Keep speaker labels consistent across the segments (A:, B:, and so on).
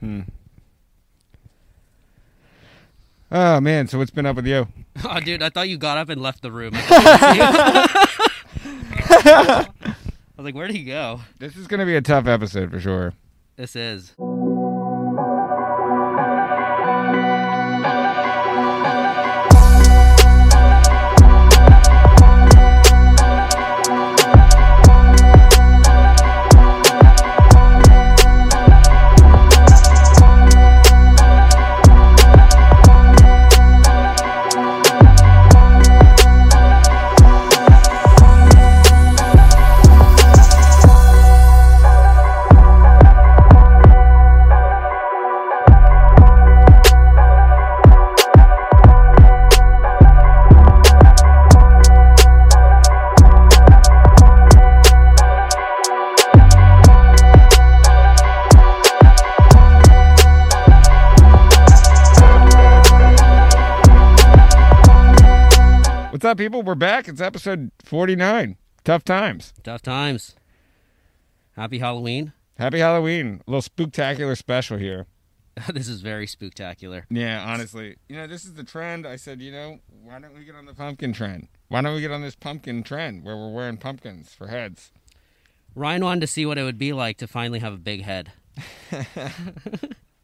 A: Hmm. Oh man, so what's been up with you?
B: Oh, dude, I thought you got up and left the room. I was like, where'd he go?
A: This is gonna be a tough episode for sure.
B: This is.
A: What's up, people? We're back. It's episode forty-nine. Tough times.
B: Tough times. Happy Halloween.
A: Happy Halloween. A little spooktacular special here.
B: this is very spooktacular.
A: Yeah, honestly, you know this is the trend. I said, you know, why don't we get on the pumpkin trend? Why don't we get on this pumpkin trend where we're wearing pumpkins for heads?
B: Ryan wanted to see what it would be like to finally have a big head.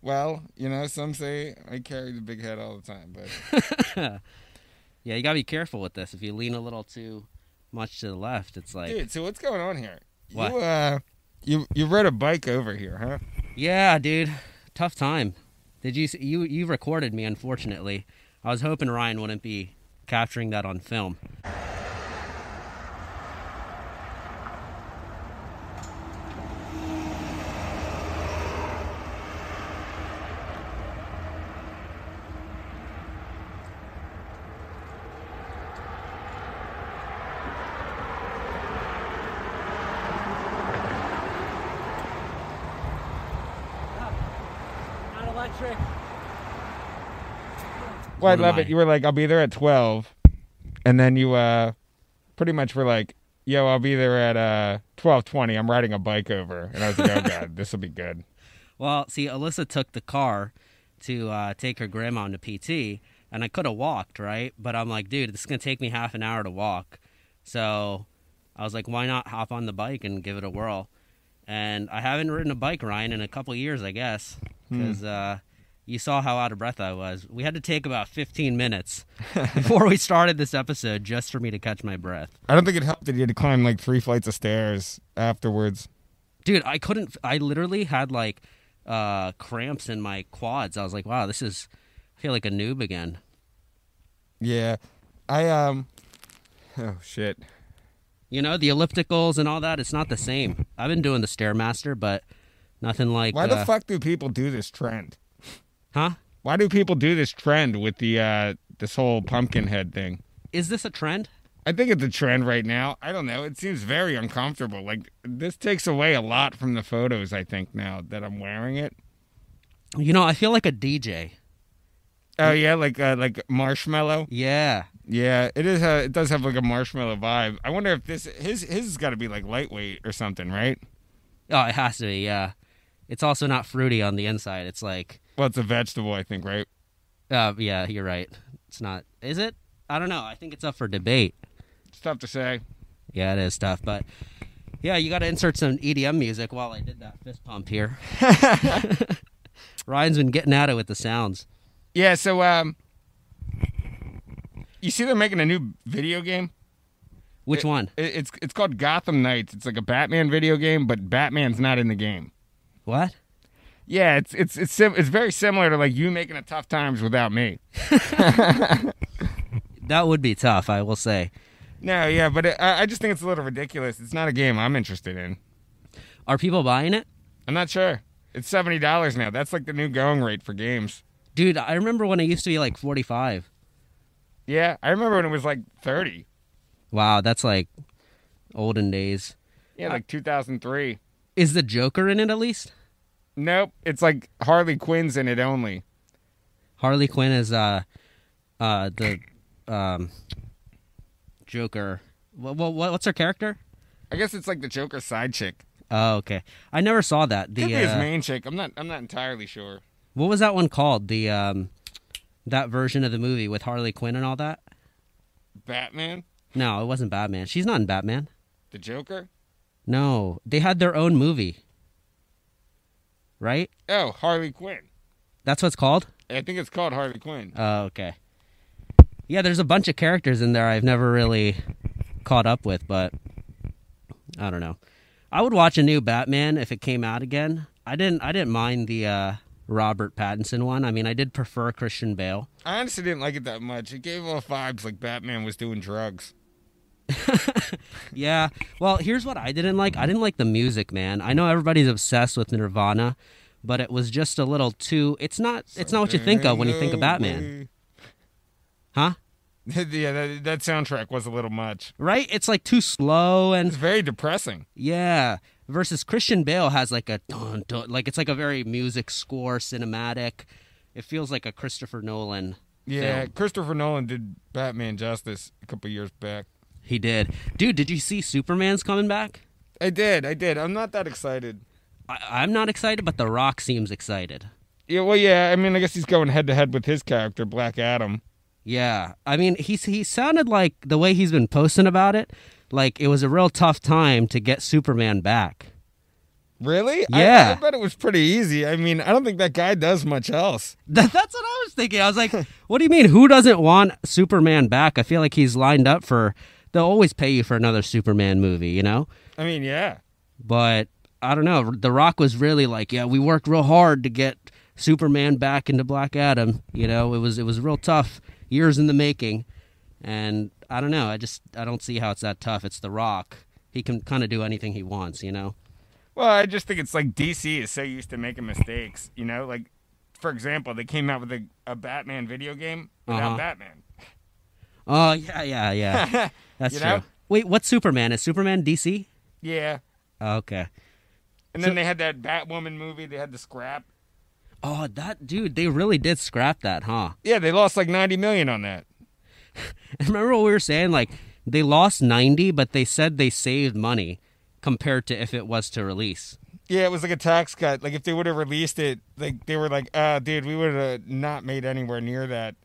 A: Well, you know, some say I carry the big head all the time, but
B: Yeah, you gotta be careful with this. If you lean a little too much to the left, it's like,
A: dude, so what's going on here?
B: What?
A: You, uh, you you rode a bike over here, huh?
B: yeah, dude, tough time. Did you s- you you recorded me? Unfortunately, I was hoping Ryan wouldn't be capturing that on film.
C: Not electric.
A: Well, I
B: What am
A: love
B: I?
A: it. You were like, I'll be there at 12. And then you uh, pretty much were like, yo, I'll be there at uh, 1220. I'm riding a bike over. And I was like, oh, God, this will be good.
B: Well, see, Alyssa took the car to uh, take her grandma on to PT, and I could have walked, right? But I'm like, dude, this is gonna take me half an hour to walk. So I was like, why not hop on the bike and give it a whirl? And I haven't ridden a bike, Ryan, in a couple years, I guess, because uh, you saw how out of breath I was. We had to take about 15 minutes before we started this episode just for me to catch my breath.
A: I don't think it helped that you had to climb like three flights of stairs afterwards.
B: dude i couldn't i literally had like uh cramps in my quads i was like wow this is i feel like a noob again
A: Yeah. I, um, oh, shit.
B: you know the ellipticals and all that it's not the same i've been doing the stairmaster but nothing like
A: Why the
B: uh,
A: fuck do people do this trend?
B: huh
A: Why do people do this trend with the, uh, this whole pumpkin head thing?
B: is this a trend
A: I think it's a trend right now. I don't know. It seems very uncomfortable. Like this takes away a lot from the photos. I think now that I'm wearing it.
B: you know i feel like a dj
A: Oh yeah, like uh, like marshmallow.
B: yeah
A: Yeah, it is. uh it does have like a marshmallow vibe. I wonder if this his his has got to be like lightweight or something, right?
B: oh it has to be yeah it's also not fruity on the inside it's like
A: Well, it's a vegetable, I think, right?
B: uh yeah you're right it's not is it i don't know i think it's up for debate
A: It's tough to say.
B: Yeah, it is tough, but yeah, you got to insert some EDM music while I did that fist pump here. Ryan's been getting at it with the sounds.
A: Yeah. So um, you see, they're making a new video game.
B: Which one?
A: It, it's it's called Gotham Knights. It's like a Batman video game, but Batman's not in the game.
B: What?
A: Yeah, it's it's it's sim- it's very similar to like you making a tough times without me.
B: That would be tough, I will say.
A: No, yeah, but it, I, I just think it's a little ridiculous. It's not a game I'm interested in.
B: Are people buying it?
A: I'm not sure. It's seventy dollars now. That's like the new going rate for games.
B: Dude, I remember when it used to be like 45.
A: Yeah, I remember when it was like thirty.
B: Wow, that's like olden days.
A: Yeah, like 2003.
B: Is the Joker in it at least?
A: Nope, it's like Harley Quinn's in it only.
B: Harley Quinn is uh uh the um Joker. What, what what's her character?
A: I guess it's like the Joker side chick.
B: Oh, okay. I never saw that.
A: Could
B: The
A: be his
B: uh,
A: main chick. I'm not. I'm not entirely sure.
B: what was that one called? The um, that version of the movie with Harley Quinn and all that.
A: Batman,
B: No, it wasn't Batman. She's not in Batman.
A: the Joker.
B: No, they had their own movie. Right?
A: Oh, Harley Quinn.
B: That's what's called.
A: I think it's called Harley Quinn.
B: Oh, okay. Yeah, there's a bunch of characters in there I've never really caught up with, but I don't know. I would watch a new Batman if it came out again. I didn't. I didn't mind the uh, Robert Pattinson one. I mean, I did prefer Christian Bale.
A: I honestly didn't like it that much. It gave off vibes like Batman was doing drugs.
B: Yeah. Well, here's what I didn't like. I didn't like the music, man. I know everybody's obsessed with Nirvana, but it was just a little too. It's not. It's not what you think of when you think of Batman, huh?
A: yeah, that, that soundtrack was a little much.
B: Right? It's like too slow and
A: It's very depressing.
B: Yeah. Versus Christian Bale has like a dun, dun, like it's like a very music score cinematic. It feels like a Christopher Nolan.
A: Yeah,
B: film.
A: Christopher Nolan did Batman justice a couple years back.
B: He did. Dude, did you see Superman's coming back?
A: I did. I did. I'm not that excited.
B: I, I'm not excited, but The Rock seems excited.
A: Yeah, well, yeah. I mean, I guess he's going head to head with his character, Black Adam.
B: Yeah. I mean, he he sounded like the way he's been posting about it, like it was a real tough time to get Superman back.
A: Really? I- I,
B: Yeah.
A: bet it was pretty easy. I mean, I don't think that guy does much else.
B: That, that's what I was thinking. I was like, what do you mean? Who doesn't want Superman back? I feel like he's lined up for. They'll always pay you for another Superman movie, you know?
A: I mean, yeah.
B: But I don't know. The Rock was really like, yeah, we worked real hard to get Superman back into Black Adam. You know, it was it was real tough, years in the making. And I don't know. I just I don't see how it's that tough. It's The Rock. He can kind of do anything he wants, you know.
A: Well, I just think it's like DC is so used to making mistakes. You know, like for example, they came out with a, a Batman video game without
B: Uh-huh.
A: Batman.
B: Oh yeah, yeah, yeah. That's
A: You
B: true.
A: know?
B: Wait, what's Superman? Is Superman DC?
A: Yeah.
B: Okay.
A: And then they had that Batwoman movie. They had the scrap.
B: Oh, that dude, they really did scrap that, huh?
A: Yeah, they lost like 90 million on that.
B: Remember what we were saying? Like, they lost 90, but they said they saved money compared to if it was to release.
A: Yeah, it was like a tax cut. Like if they would have released it, like they were like, "Ah, dude, we would have not made anywhere near that."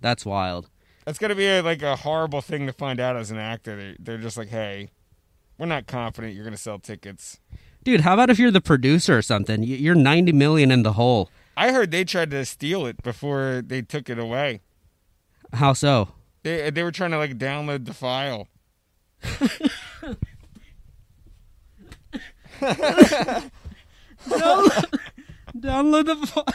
B: That's wild.
A: That's gonna be like a horrible thing to find out as an actor. They're, they're just like, "Hey, we're not confident you're gonna sell tickets."
B: Dude, how about if you're the producer or something? Y- You're 90 million in the hole.
A: I heard they tried to steal it before they took it away.
B: How so?
A: They uh, they were trying to like download the file.
B: Download the file.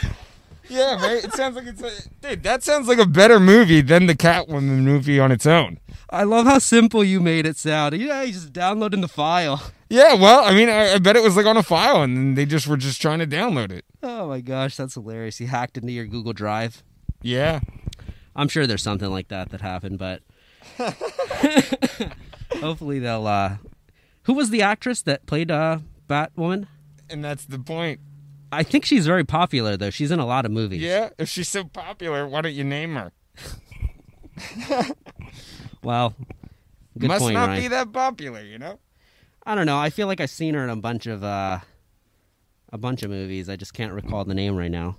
A: Yeah, right. It sounds like it's a, dude. That sounds like a better movie than the Catwoman movie on its own.
B: I love how simple you made it sound. Yeah, he's just downloading the file.
A: Yeah, well, I mean, I, I bet it was like on a file, and then they just were just trying to download it.
B: Oh my gosh, that's hilarious. He hacked into your Google Drive.
A: Yeah.
B: I'm sure there's something like that that happened, but hopefully they'll. Uh... Who was the actress that played uh, Batwoman?
A: And that's the point.
B: I think she's very popular though. She's in a lot of movies.
A: Yeah, if she's so popular, why don't you name her?
B: Well, good
A: Must
B: point,
A: not
B: Ryan.
A: be that popular, you know?
B: I don't know. I feel like I've seen her in a bunch of uh, a bunch of movies. I just can't recall the name right now.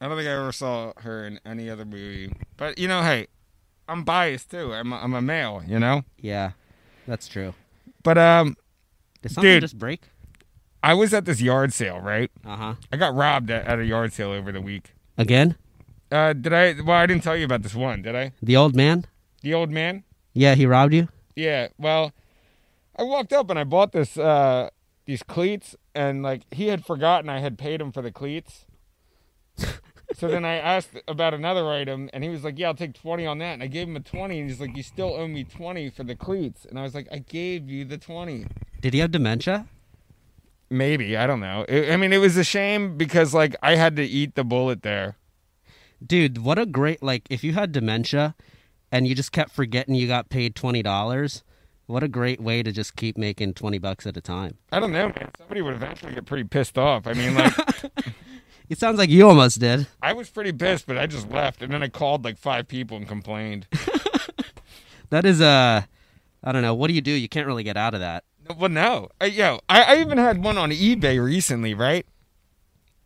A: I don't think I ever saw her in any other movie. But, you know, hey, I'm biased too. I'm a, I'm a male, you know?
B: Yeah, that's true.
A: But um,
B: Did something
A: Dude.
B: just break?
A: I was at this yard sale, right?
B: Uh huh.
A: I got robbed at, at a yard sale over the week.
B: Again,
A: Uh, did I? Well, I didn't tell you about this one, did I?
B: the old man.
A: The old man?
B: Yeah, he robbed you.
A: Yeah. Well, I walked up and I bought this uh these cleats and like he had forgotten I had paid him for the cleats. so then I asked about another item and he was like, "Yeah, I'll take 20 on that." And I gave him a 20 and he's like, "You still owe me 20 for the cleats." And I was like, "I gave you the 20."
B: Did he have dementia?
A: Maybe, I don't know. It, I mean, it was a shame because like I had to eat the bullet there.
B: Dude, what a great like if you had dementia and you just kept forgetting you got paid twenty dollars, what a great way to just keep making twenty bucks at a time.
A: I don't know, man. Somebody would eventually get pretty pissed off. I mean, like
B: It sounds like you almost did.
A: I was pretty pissed, but I just left and then I called like five people and complained.
B: That is uh I don't know, what do you do? You can't really get out of that.
A: Well, no. Uh, yo, I, I even had one on eBay recently, right?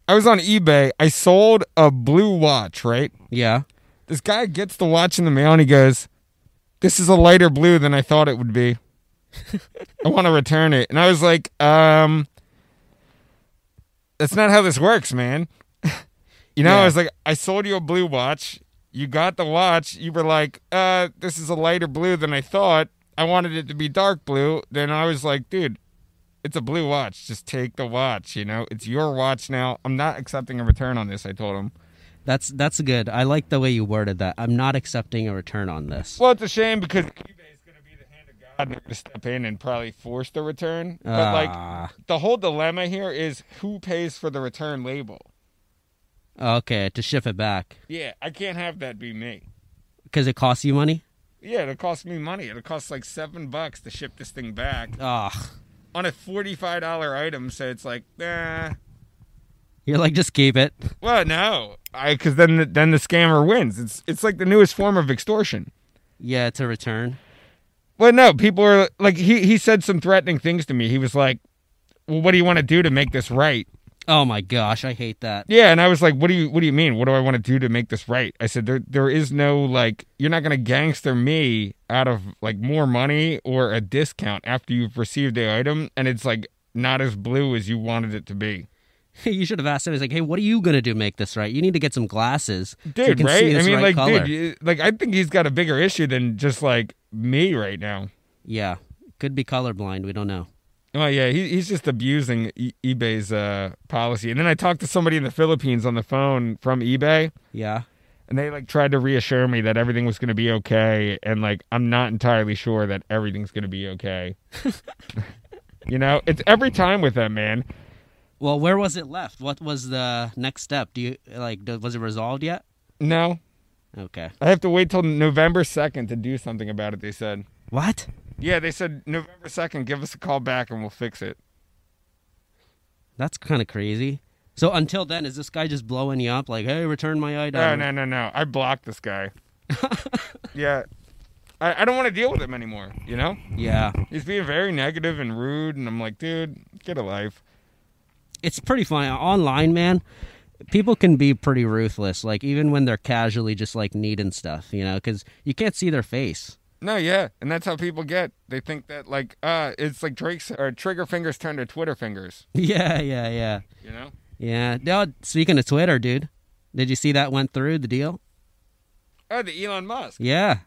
A: I was on eBay. I sold a blue watch, right?
B: Yeah.
A: This guy gets the watch in the mail and he goes, This is a lighter blue than I thought it would be. I want to return it. And I was like, um, That's not how this works, man. you know,
B: Yeah.
A: I was like, I sold you a blue watch. You got the watch. You were like, uh, This is a lighter blue than I thought. I wanted it to be dark blue. Then I was like, Dude, it's a blue watch. Just take the watch. You know, it's your watch now. I'm not accepting a return on this. I told him.
B: That's that's good. I like the way you worded that. I'm not accepting a return on this.
A: Well, it's a shame because eBay is going to be the hand of God and they're going to step in and probably force the return. But like
B: Ah,
A: the whole dilemma here is who pays for the return label.
B: okay, to ship it back
A: Yeah, I can't have that be me.
B: because it costs you money.
A: Yeah, it'll cost me money. It'll cost like seven bucks to ship this thing back
B: Ugh.
A: on a forty-five dollar item. So it's like, nah.
B: You're like, just keep it.
A: Well, no, I because then the, then the scammer wins. It's it's like the newest form of extortion.
B: Yeah, to return.
A: Well, no, people are like he he said some threatening things to me. He was like, "Well, what do you want to do to make this right?"
B: Oh my gosh, I hate that.
A: Yeah, and I was like, "What do you What do you mean? What do I want to do to make this right?" I said, "There, there is no like, you're not gonna gangster me out of like more money or a discount after you've received the item, and it's like not as blue as you wanted it to be,
B: you should have asked him. He's like, hey, what are you gonna do? to Make this right? You need to get some glasses, so you
A: dude.
B: can
A: right?
B: See
A: I
B: this
A: mean,
B: right
A: like,
B: color.
A: dude, you- like I think he's got a bigger issue than just like me right now.
B: Yeah, could be colorblind. We don't know.
A: Well, yeah, he, he's just abusing e- eBay's uh, policy. And then I talked to somebody in the Philippines on the phone from eBay.
B: Yeah.
A: and they like tried to reassure me that everything was going to be okay and like i'm not entirely sure that everything's going to be okay you know it's every time with them man
B: Well, where was it left? What was the next step? Do you like? do- Was it resolved yet?
A: no
B: Okay.
A: i have to wait till november 2nd to do something about it they said
B: What?
A: yeah they said november 2nd give us a call back and we'll fix it
B: That's kind of crazy. So until then, is this guy just blowing you up like, hey, return my item?
A: no no no no i blocked this guy yeah I, I don't want to deal with him anymore you know
B: Yeah.
A: he's being very negative and rude and i'm like dude get a life
B: It's pretty funny. Online, man, people can be pretty ruthless, like even when they're casually just like needing stuff, you know, because you can't see their face.
A: No, yeah, and that's how people get. They think that like uh it's like Drake's or trigger fingers turn to Twitter fingers.
B: Yeah, yeah, yeah.
A: You know?
B: Yeah. Now, speaking of Twitter, dude, did you see that went through the deal?
A: Oh, the Elon Musk.
B: Yeah.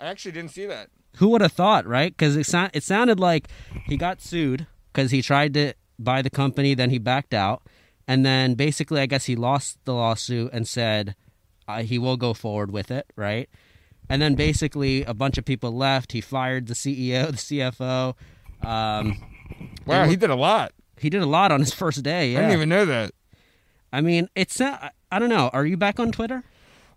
A: I actually didn't see that.
B: Who would have thought, right? Because it, sound, it sounded like he got sued because he tried to buy the company, then he backed out. And then basically, I guess he lost the lawsuit and said uh, he will go forward with it, right? And then basically, a bunch of people left. He fired the CEO, the CFO. Um,
A: Wow, he did a lot.
B: he did a lot on his first day.
A: I
B: Yeah. I,
A: didn't even know that.
B: mean, it's not, I- I don't know. Are you back on Twitter?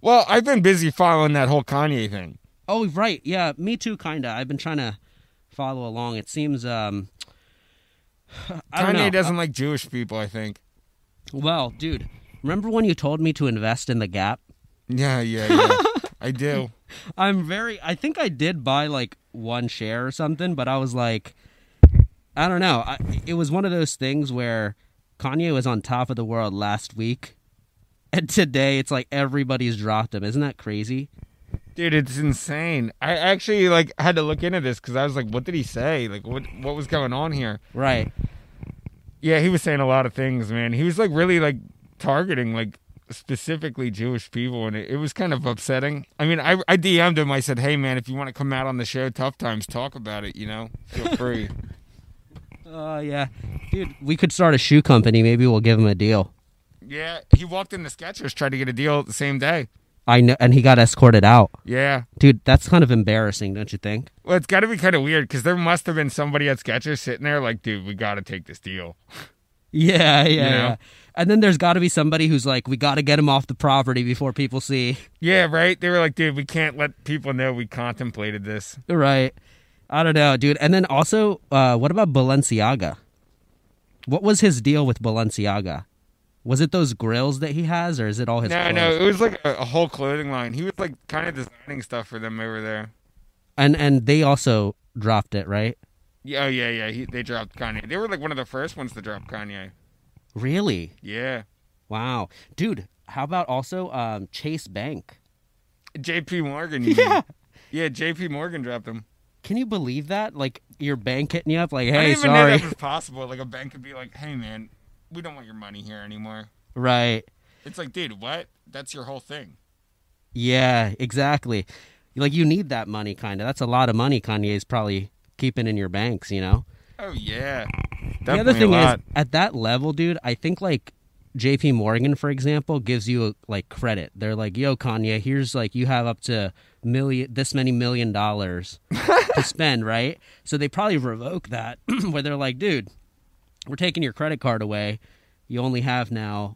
A: Well, I've been busy following that whole Kanye thing.
B: Oh right, yeah, me too. Kinda. I've been trying to follow along. It seems. um I don't know.
A: Kanye doesn't like Jewish people, I think.
B: Well, dude, remember when you told me to invest in the Gap?
A: Yeah, yeah, yeah. I do.
B: I'm very. I think I did buy like one share or something, but I was like, I don't know. I, it was one of those things where Kanye was on top of the world last week, and today it's like everybody's dropped him. Isn't that crazy?
A: Dude, it's insane. I actually like had to look into this cuz I was like what did he say? Like what what was going on here?
B: Right.
A: Yeah, he was saying a lot of things, man. He was like really like targeting like specifically Jewish people, and it, it was kind of upsetting. I mean, I I DM'd him. I said, "Hey, man, if you want to come out on the show, Tough Times, talk about it. You know, feel free."
B: Oh yeah, dude. We could start a shoe company. Maybe we'll give him a deal.
A: yeah, he walked into Skechers, tried to get a deal the same day.
B: I know, and he got escorted out.
A: Yeah.
B: Dude, that's kind of embarrassing, don't you think?
A: Well, it's got to be kind of weird because there must have been somebody at Skechers sitting there like, "Dude, we got to take this deal."
B: Yeah, yeah,
A: yeah.
B: And then there's got to be somebody who's like, we got to get him off the property before people see.
A: Yeah, right. They were like, "Dude, we can't let people know we contemplated this."
B: Right. I don't know, dude. And then also, uh, what about Balenciaga? What was his deal with Balenciaga? Was it those grills that he has, or is it all his?
A: No,
B: clothes?
A: no, it was like a, a whole clothing line. He was like kind of designing stuff for them over there.
B: And and they also dropped it, right?
A: Yeah, oh, yeah, yeah. He, they dropped Kanye. They were like one of the first ones to drop Kanye.
B: Really?
A: Yeah.
B: Wow, dude. How about also um, Chase Bank?
A: J.P. Morgan. You yeah. Mean. Yeah, J.P. Morgan dropped him.
B: Can you believe that? Like your bank hitting you up, like,
A: I
B: hey,
A: didn't even know
B: sorry.
A: that was possible. Like a bank could be like, "Hey, man, we don't want your money here anymore."
B: Right.
A: It's like, dude, what? That's your whole thing.
B: Yeah, exactly. Like you need that money, kind of. That's a lot of money Kanye's probably keeping in your banks, you know.
A: Oh yeah.
B: the
A: Definitely
B: other thing
A: a
B: is,
A: lot.
B: at that level, dude, I think like J.P. Morgan, for example, gives you like credit. They're like, "Yo, Kanye, here's like you have up to million this many million dollars to spend, right?" So they probably revoke that, where they're like, "Dude, we're taking your credit card away. You only have now,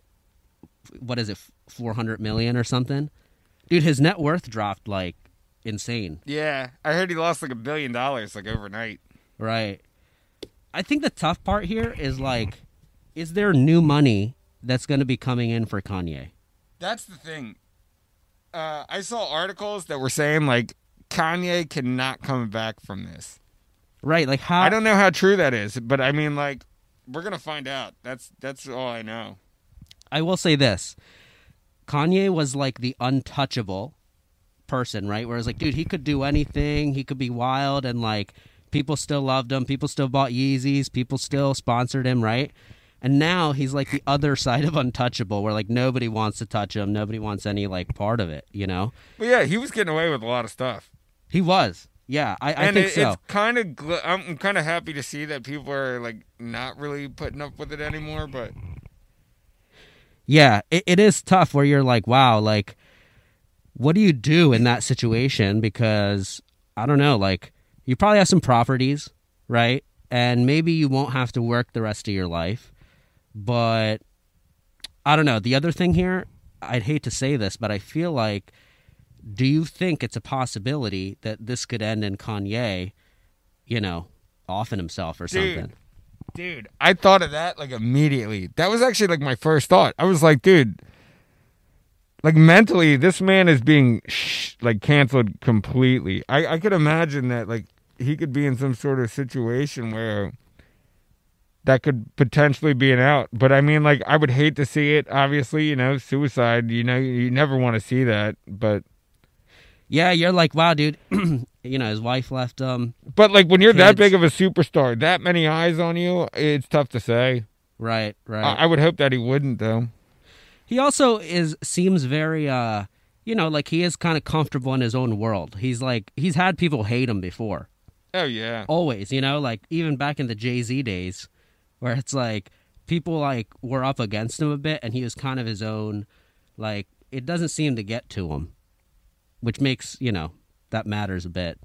B: what is it, four hundred million or something?" Dude, his net worth dropped like insane.
A: yeah, I heard he lost like a billion dollars like overnight.
B: Right. I think the tough part here is like, is there new money that's going to be coming in for Kanye?
A: That's the thing. Uh, I saw articles that were saying like Kanye cannot come back from this.
B: Right. Like how?
A: I don't know how true that is, but I mean, like, we're gonna find out. That's that's all I know.
B: I will say this: Kanye was like the untouchable person, right? Whereas like, dude, he could do anything. He could be wild, and like, people still loved him. People still bought Yeezys. People still sponsored him, right? And now he's like the other side of untouchable, where like nobody wants to touch him. Nobody wants any like part of it. You know?
A: But yeah, he was getting away with a lot of stuff.
B: He was. Yeah, I, I
A: and
B: think
A: it-
B: so.
A: it's kind of gl- I'm kind of happy to see that people are like not really putting up with it anymore. But
B: yeah it, it is tough where you're like wow like what do you do in that situation because i don't know like you probably have some properties right and maybe you won't have to work the rest of your life but i don't know the other thing here i'd hate to say this but i feel like do you think it's a possibility that this could end in kanye you know offing himself or
A: Dude.
B: something
A: dude, I thought of that like immediately. That was actually like my first thought. I was like, dude, like mentally, this man is being sh- like canceled completely. I I could imagine that like he could be in some sort of situation where that could potentially be an out. But I mean, like, I would hate to see it. Obviously, you know, suicide. You know, you never want to see that, but.
B: yeah you're like wow dude you know his wife left him
A: But like when you're that
B: Kids.
A: big of a superstar, that many eyes on you, it's tough to say.
B: right right
A: I, I would hope that he wouldn't though.
B: he also is seems very uh you know like he is kind of comfortable in his own world he's like he's had people hate him before
A: Oh yeah.
B: always you know like even back in the jay-z days where it's like people like were up against him a bit and he was kind of his own like it doesn't seem to get to him which makes you know that matters a bit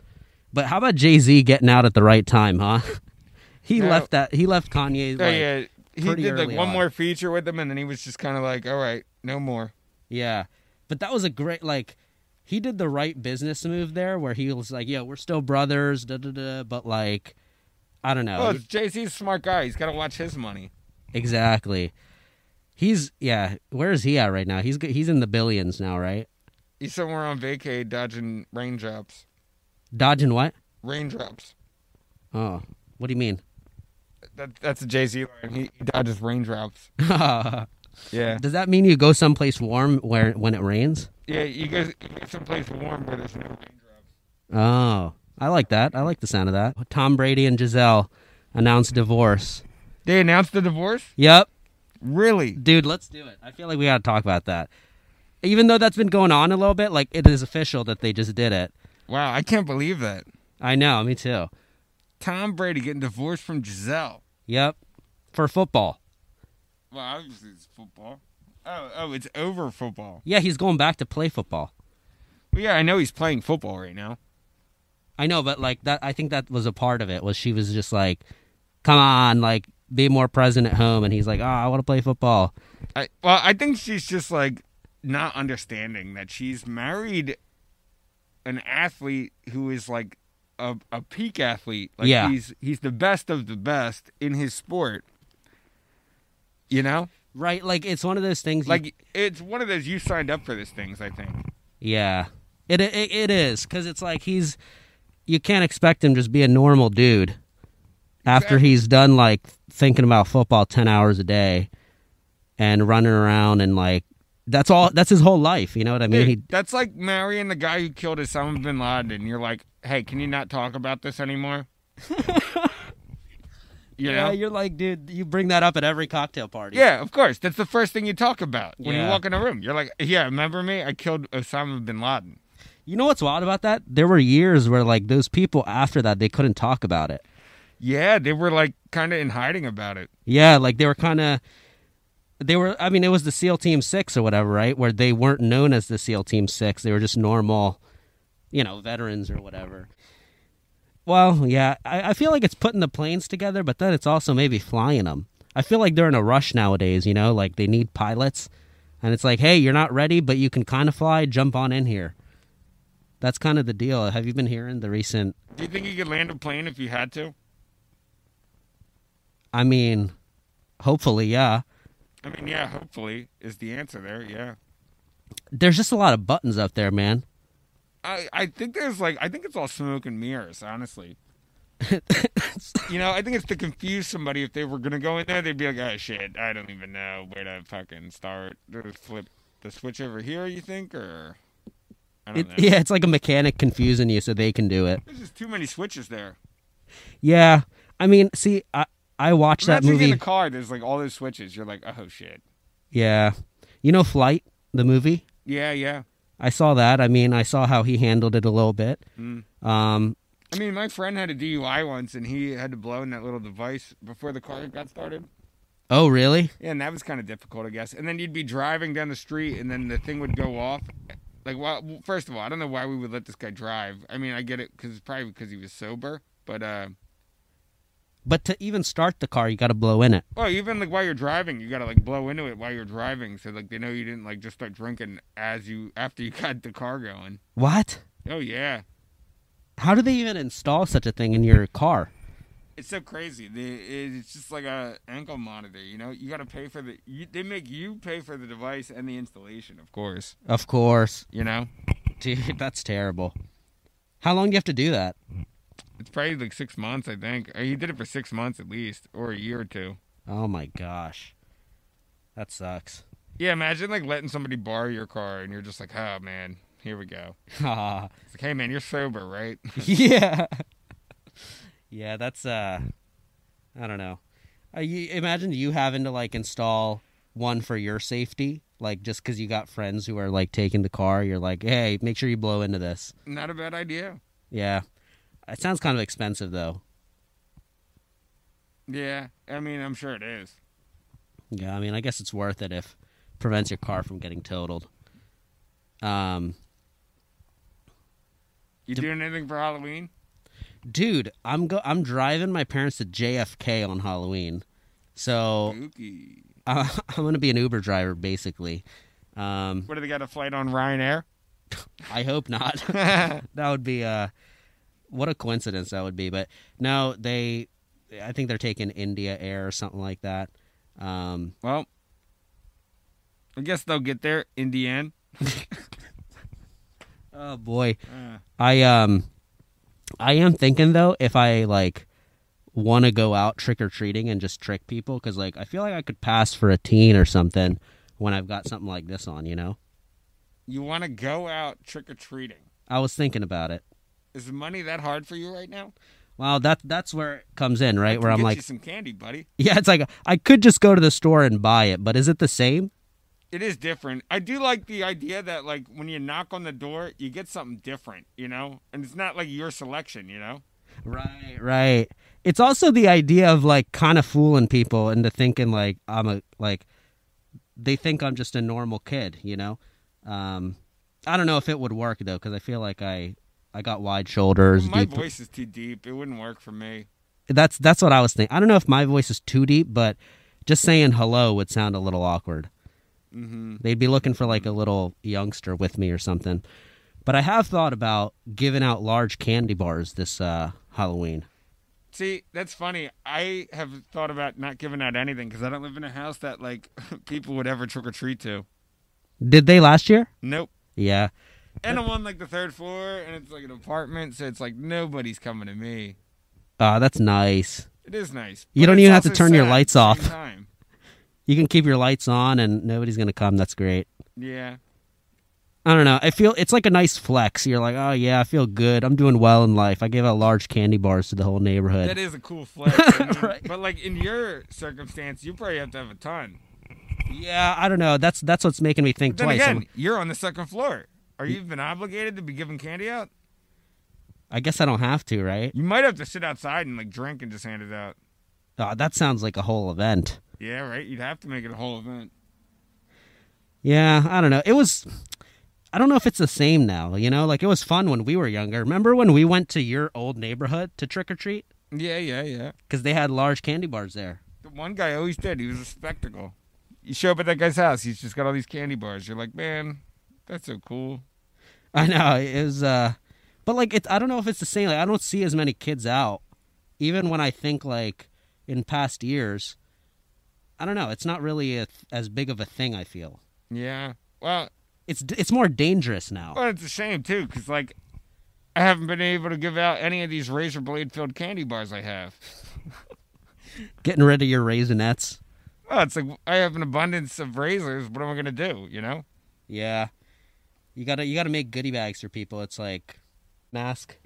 B: but how about jay-z getting out at the right time huh he
A: No.
B: left that he left kanye
A: oh
B: like,
A: yeah. He
B: pretty
A: did like
B: early
A: one
B: on.
A: more feature with him and then he was just kinda like, All right, no more.
B: Yeah. But that was a great like he did the right business move there where he was like, Yeah, we're still brothers, da da da but like I don't know.
A: Oh, it's Jay Z's a smart guy. He's gotta watch his money.
B: Exactly. He's yeah, where is he at right now? He's g- he's in the billions now, right?
A: He's somewhere on vacay dodging raindrops.
B: Dodging what?
A: Raindrops.
B: Oh. What do you mean?
A: That, that's a Jay Z line. He, he dodges raindrops.
B: Does
A: Yeah.
B: that mean you go someplace warm where when it rains?
A: Yeah, you guys you go someplace warm where there's no raindrops.
B: Oh. I like that. I like the sound of that. Tom Brady and Giselle announced divorce.
A: They announced the divorce?
B: Yep.
A: Really?
B: Dude, let's do it. I feel like we got to talk about that. Even though that's been going on a little bit, like it is official that they just did it.
A: Wow, I can't believe that.
B: I know, me too.
A: Tom Brady getting divorced from Giselle.
B: Yep. For football.
A: Well, obviously it's football. Oh, oh, it's over football.
B: Yeah, he's going back to play football.
A: Well, yeah, I know he's playing football right now.
B: I know, but like that I think that was a part of it was she was just like, "Come on, like be more present at home." And he's like, "Oh, I want to play football."
A: I well, I think she's just like not understanding that she's married an athlete who is like a, a peak athlete. Like
B: Yeah.
A: he's he's the best of the best in his sport. You know?
B: Right? Like it's one of those things you-
A: Like it's one of those you signed up for these things, I think.
B: Yeah, it it, it is because it's like he's you can't expect him just be a normal dude. after he's done like thinking about football 10 hours a day and running around and like that's all that's his whole life you know what i mean
A: Dude,
B: he
A: that's like marrying the guy who killed Osama bin Laden. and You're like, hey, can you not talk about this anymore? you know?
B: yeah you're like dude you bring that up at every cocktail party
A: Yeah, of course. That's the first thing you talk about when you
B: Yeah.
A: walk in a room. You're like, yeah, remember me? I killed Osama bin Laden.
B: you know what's wild about that there were years where like those people after that they couldn't talk about it
A: Yeah, they were like kind of in hiding about it.
B: Yeah, like they were kind of. They were. I mean, it was the SEAL Team Six or whatever, right? Where they weren't known as the SEAL Team Six. They were just normal, you know, veterans or whatever. Well, yeah, I, I feel like it's putting the planes together, but then it's also maybe flying them. I feel like they're in a rush nowadays. You know, like they need pilots, and it's like, hey, you're not ready, but you can kind of fly. Jump on in here. That's kind of the deal. Have you been hearing the recent?
A: Do you think you could land a plane if you had to?
B: I mean, hopefully, yeah.
A: I mean, yeah, hopefully is the answer there. Yeah.
B: There's just a lot of buttons up there, man.
A: I, I think there's like I think it's all smoke and mirrors, honestly. you know, I think it's to confuse somebody if they were gonna go in there, they'd be like, "Oh shit, I don't even know where to fucking start." Just Flip the switch over here, you think, or I don't
B: It,
A: know.
B: yeah, it's like a mechanic confusing you so they can do it.
A: There's just too many switches there.
B: Yeah, I mean, see, I I watched that
A: Imagine
B: movie.
A: in a car. There's like all those switches. You're like, "Oh shit."
B: Yeah, you know, Flight, the movie.
A: Yeah, yeah.
B: I saw that. I mean, I saw how he handled it a little bit.
A: Mm.
B: Um,
A: I mean, my friend had a DUI once, and he had to blow in that little device before the car got started.
B: oh really?
A: Yeah, and that was kind of difficult, I guess. And then you'd be driving down the street, and then the thing would go off. Like, well, first of all, I don't know why we would let this guy drive. I mean, I get it because probably because he was sober, but uh,
B: But to even start the car, you got to blow in it.
A: well, even like while you're driving, you gotta like blow into it while you're driving, so like they know you didn't like just start drinking as you after you got the car going.
B: What?
A: Oh yeah,
B: How do they even install such a thing in your car?
A: it's so crazy. The, it's just like a ankle monitor, you know. You gotta pay for the. You, they make you pay for the device and the installation, of course.
B: Of course,
A: You know,
B: dude, that's terrible. How long do you have to do that?
A: It's probably like six months, I think. Uh, He did it for six months at least, or a year or two.
B: Oh my gosh, that sucks.
A: Yeah, imagine like letting somebody borrow your car, and you're just like, oh man, here we go. It's like, hey man, you're sober, right?
B: yeah. Yeah, that's uh I don't know. Uh, you, imagine you having to like install one for your safety, like just cuz you got friends who are like taking the car, you're like, "Hey, make sure you blow into this."
A: Not a bad idea.
B: Yeah. It sounds kind of expensive though.
A: Yeah, I mean, I'm sure it is.
B: Yeah, I mean, I guess it's worth it if it prevents your car from getting totaled. Um
A: You doing anything for Halloween?
B: dude, I'm go I'm driving my parents to JFK on Halloween. So,
A: Spooky.
B: uh, I'm going to be an Uber driver basically. Um,
A: What do they got a flight on Ryanair?
B: I hope not. that would be uh, what a coincidence that would be. But no, they, I think they're taking India Air or something like that. Um,
A: Well, I guess they'll get there in the end.
B: oh boy,
A: Uh,
B: I um, I am thinking though if I like want to go out trick or treating and just trick people because like I feel like I could pass for a teen or something when I've got something like this on. You know,
A: you want to go out trick or treating?
B: I was thinking about it.
A: Is money that hard for you right now?
B: Wow, that that's where it comes in, right?
A: Can
B: Where I'm
A: get
B: like,
A: you some candy, buddy.
B: Yeah, it's like I could just go to the store and buy it, but is it the same?
A: it is different. I do like the idea that like when you knock on the door, you get something different, you know? And it's not like your selection, you know?
B: Right, right. It's also the idea of like kind of fooling people into thinking like I'm a like they think I'm just a normal kid, you know. Um, I don't know if it would work though, because I feel like I I got wide shoulders.
A: My
B: deep-
A: voice is too deep. It wouldn't work for me.
B: That's that's what I was thinking. I don't know if my voice is too deep, but just saying hello would sound a little awkward.
A: Mhm.
B: They'd be looking for like a little youngster with me or something. But I have thought about giving out large candy bars this uh, Halloween.
A: See, that's funny. I have thought about not giving out anything cuz I don't live in a house that like people would ever trick or treat to.
B: Did they last year?
A: Nope.
B: Yeah.
A: And I'm on like the third floor and it's like an apartment, so it's like nobody's coming to me.
B: Uh, Oh, that's nice.
A: It is nice.
B: You
A: but
B: don't
A: it's
B: even have to
A: also
B: turn your
A: sad at
B: lights
A: the same
B: off.
A: time.
B: You can keep your lights on and nobody's gonna come. That's great.
A: Yeah.
B: I don't know. I feel it's like a nice flex. You're like, oh yeah, I feel good. I'm doing well in life. I gave out large candy bars to the whole neighborhood.
A: That is a cool flex. I mean, But like in your circumstance, you probably have to have a ton.
B: yeah, I don't know. That's that's what's making me think
A: But then
B: twice.
A: again,
B: I'm-
A: you're on the second floor. Are you even obligated to be giving candy out?
B: I guess I don't have to, right?
A: You might have to sit outside and like drink and just hand it out.
B: Oh, that sounds like a whole event.
A: Yeah, right. You'd have to make it a whole event.
B: Yeah, I don't know. It was I don't know if it's the same now, you know? Like it was fun when we were younger. Remember when we went to your old neighborhood to trick or treat
A: Yeah, yeah, yeah.
B: cuz they had large candy bars there.
A: The one guy always did. He was a spectacle. You show up at that guy's house. He's just got all these candy bars. You're like, man, that's so cool.
B: I know. It was uh but like it I don't know if it's the same. Like I don't see as many kids out even when I think like in past years. I don't know. It's not really a, as big of a thing I feel.
A: Yeah. Well,
B: It's d- it's more dangerous now.
A: well, it's a shame too, because like, I haven't been able to give out any of these razor blade filled candy bars I have.
B: Getting rid of your raisinettes.
A: Well, it's like I have an abundance of razors. What am I gonna do? You know?
B: Yeah. You gotta you gotta make goodie bags for people. It's like mask.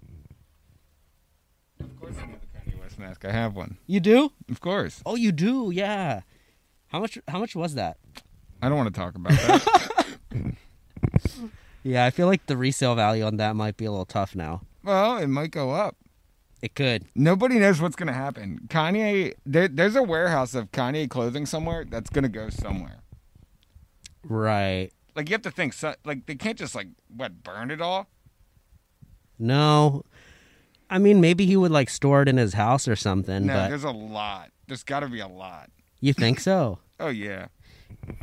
A: Of course, I know the Kanye West mask. I have one.
B: You do?
A: Of course.
B: Oh you do, yeah. How much how much was that?
A: I don't want to talk about that.
B: Yeah, I feel like the resale value on that might be a little tough now.
A: well, it might go up.
B: It could.
A: Nobody knows what's gonna happen. Kanye, there, there's a warehouse of Kanye clothing somewhere that's gonna go somewhere.
B: Right.
A: Like you have to think, so, like they can't just like what burn it all.
B: No. I mean, maybe he would like store it in his house or something,
A: No,
B: but
A: there's a lot. There's got to be a lot.
B: you think so?
A: Oh yeah,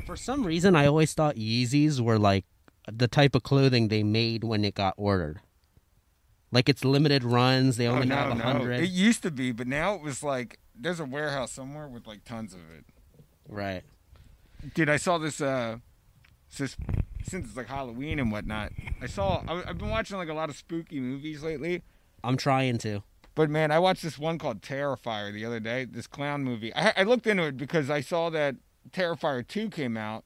B: For some reason, I always thought Yeezys were like the type of clothing they made when it got ordered. Like it's limited runs, they
A: oh
B: only have
A: no,
B: a
A: no.
B: hundred.
A: It used to be, but now it was like there's a warehouse somewhere with like tons of it.
B: Right.
A: dude i saw this uh since since it's like halloween and whatnot i saw I, i've been watching like a lot of spooky movies lately
B: I'm trying to.
A: but man i watched this one called terrifier the other day this clown movie i, I looked into it because i saw that terrifier 2 came out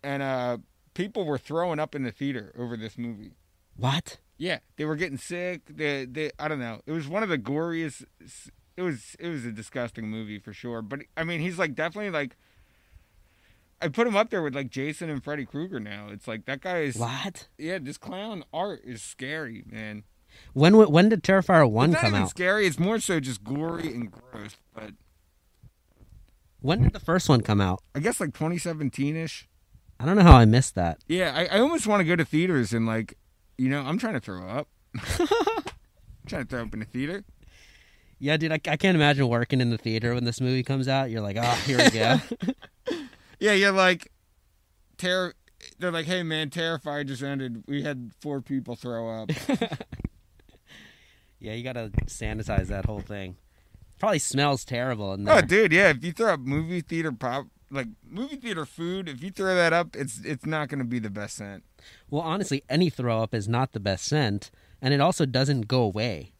A: and uh people were throwing up in the theater over this movie
B: What?
A: yeah they were getting sick they, they i don't know it was one of the goriest it was it was a disgusting movie for sure but i mean he's like definitely like i put him up there with like jason and freddy krueger now it's like that guy is
B: What?
A: yeah this clown art is scary man
B: When w- when did Terrifier one
A: it's not
B: come
A: even
B: out?
A: scary it's more so just gory and gross but
B: When did the first one come out?
A: i guess like 2017ish
B: I don't know how I missed that.
A: yeah i, I almost want to go to theaters and like you know i'm trying to throw up I'm trying to throw up in the theater
B: Yeah, dude, I, I can't imagine working in the theater when this movie comes out. You're like, oh, here we go.
A: Yeah, you're like, terror. They're like, hey man, Terrifier just ended. We had four people throw up.
B: yeah, you gotta sanitize that whole thing. Probably smells terrible in there.
A: oh, dude, yeah. If you throw up movie theater pop, like movie theater food, if you throw that up, it's it's not gonna be the best scent.
B: Well, honestly, any throw up is not the best scent, and it also doesn't go away.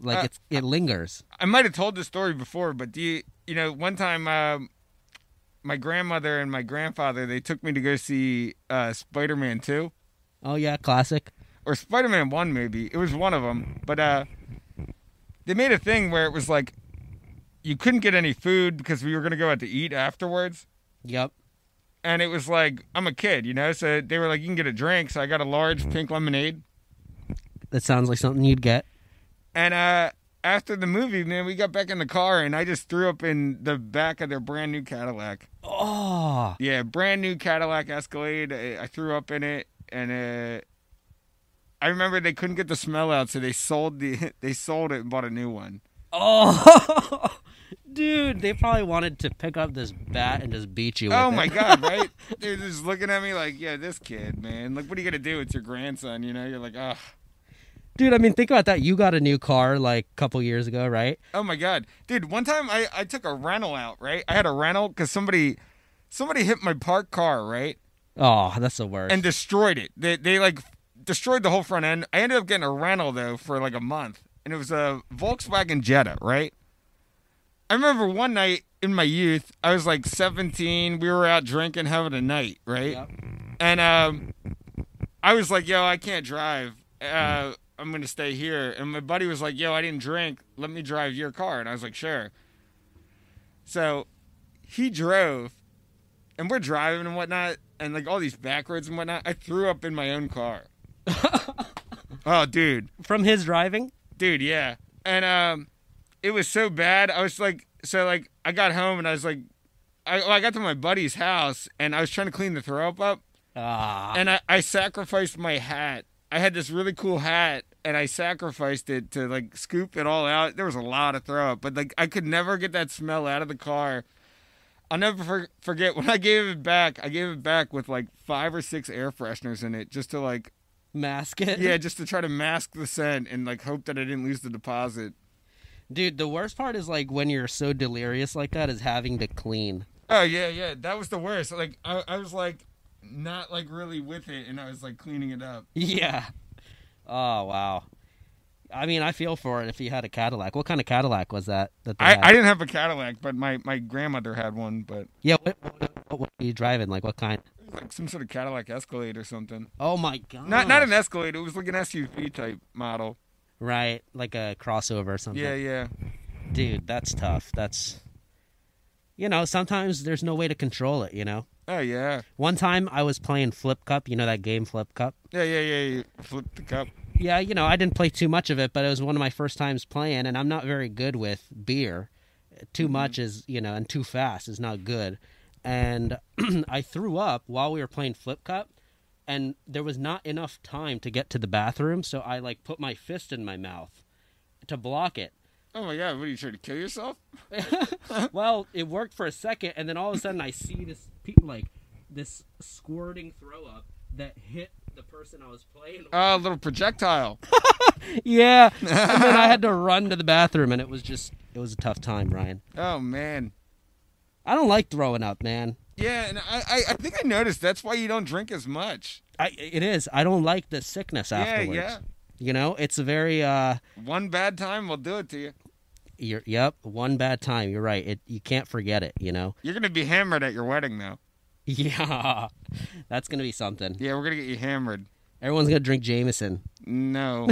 B: Like
A: Uh,
B: it's it lingers.
A: I might have told this story before, but do you you know one time um, my grandmother and my grandfather they took me to go see uh, Spider Man Two.
B: Oh yeah, classic.
A: or Spider Man One maybe. It was one of them, but uh, they made a thing where it was like you couldn't get any food because we were gonna go out to eat afterwards,
B: Yep.
A: and it was like I'm a kid, you know, so they were like you can get a drink, so I got a large pink lemonade,
B: That sounds like something you'd get.
A: and uh. After the movie, man, we got back in the car and I just threw up in the back of their brand new Cadillac.
B: Oh,
A: Yeah, brand new Cadillac Escalade. I, I threw up in it, and uh, I remember they couldn't get the smell out, so they sold the they sold it and bought a new one.
B: oh, dude, they probably wanted to pick up this bat and just beat you. With
A: Oh
B: it.
A: my god, right? They're just looking at me like, yeah, this kid, man. Like, what are you gonna do? It's your grandson, you know? You're like, ugh.
B: Dude, I mean, think about that. You got a new car like a couple years ago, right?
A: Oh my god, dude. One time I I took a rental out, right? I had a rental because somebody somebody hit my parked car, right,
B: Oh, that's the worst.
A: and destroyed it. They they like destroyed the whole front end. I ended up getting a rental though for like a month, and it was a Volkswagen Jetta, right? I remember one night in my youth, I was like 17. We were out drinking, having a night, right?
B: Yep.
A: And um, I was like, yo, I can't drive. Uh, I'm going to stay here. And my buddy was like, yo, I didn't drink. Let me drive your car. And I was like, sure. So he drove, and we're driving and whatnot, and like all these back roads and whatnot. I threw up in my own car. oh, dude
B: From his driving?
A: dude yeah and um it was so bad i was like so like i got home and i was like i, well, I got to my buddy's house and i was trying to clean the throw up up
B: Ah.
A: and I, I sacrificed my hat i had this really cool hat and i sacrificed it to like scoop it all out there was a lot of throw up but like i could never get that smell out of the car i'll never for- forget when i gave it back i gave it back with like five or six air fresheners in it just to like
B: mask it.
A: yeah just to try to mask the scent and like hope that i didn't lose the deposit
B: Dude, the worst part is like when you're so delirious like that is having to clean.
A: Oh yeah, yeah. That was the worst. Like I, I was like not like really with it and I was like cleaning it up.
B: Yeah. Oh wow. I mean, I feel for it if you had a Cadillac. What kind of Cadillac was that? that they had?
A: I, I didn't have a Cadillac, but my, my grandmother had one, but it
B: yeah. What, what, what were you driving? Like what kind?
A: was like some sort of Cadillac Escalade or something.
B: Oh my god.
A: Not not an Escalade, it was like an SUV type model.
B: right, like a crossover or something.
A: Yeah, yeah.
B: Dude, that's tough. That's. You know, sometimes there's no way to control it. You know.
A: Oh yeah.
B: One time I was playing Flip Cup. You know that game Flip Cup.
A: Yeah, yeah, yeah. You flip the cup.
B: yeah, you know, I didn't play too much of it, but it was one of my first times playing, and I'm not very good with beer. Too much is, you know, and too fast is not good. And I threw up while we were playing Flip Cup, and there was not enough time to get to the bathroom, so I like put my fist in my mouth to block it.
A: Oh my god, what are you trying to kill yourself?
B: well, it worked for a second, and then all of a sudden I see this pe- like this squirting throw up that hit the person I was playing. with.
A: Oh, little projectile.
B: Yeah. and then I had to run to the bathroom, and it was just, it was a tough time, Ryan.
A: Oh man.
B: I don't like throwing up, man.
A: Yeah, and I, I, I think I noticed that's why you don't drink as much.
B: I, it is. I don't like the sickness afterwards.
A: yeah.
B: You know, it's a very, uh,
A: One bad time will do it to you.
B: you're, yep, one bad time. You're right. It, you can't forget it, you know?
A: You're gonna be hammered at your wedding though.
B: Yeah. That's going to be something.
A: Yeah, we're gonna get you hammered.
B: Everyone's going to drink Jameson.
A: No,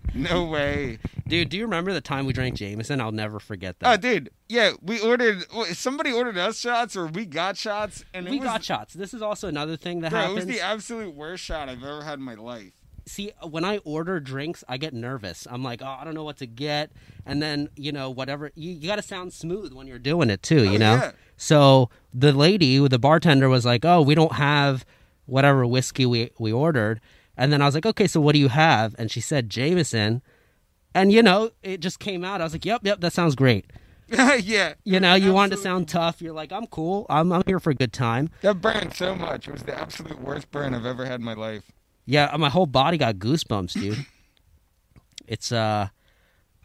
A: no way.
B: Dude, do you remember the time we drank Jameson? I'll never forget
A: Oh,
B: that.
A: dude, yeah, we ordered. well, Somebody ordered us shots, or we got shots, and it
B: we
A: was,
B: got shots. This is also another thing that
A: bro, it
B: happens.
A: was the absolute worst shot I've ever had in my life.
B: see when i order drinks i get nervous i'm like oh i don't know what to get and then you know whatever you, you got to sound smooth when you're doing it too you know
A: yeah.
B: so the lady the bartender was like oh we don't have whatever whiskey we, we ordered and then i was like okay so what do you have and she said jameson and you know it just came out i was like yep yep that sounds great
A: yeah,
B: you know you wanted to sound tough you're like i'm cool i'm, I'm here for a good time
A: that burned so much. It was the absolute worst burn I've ever had in my life.
B: Yeah, uh, my whole body got goosebumps, dude. it's uh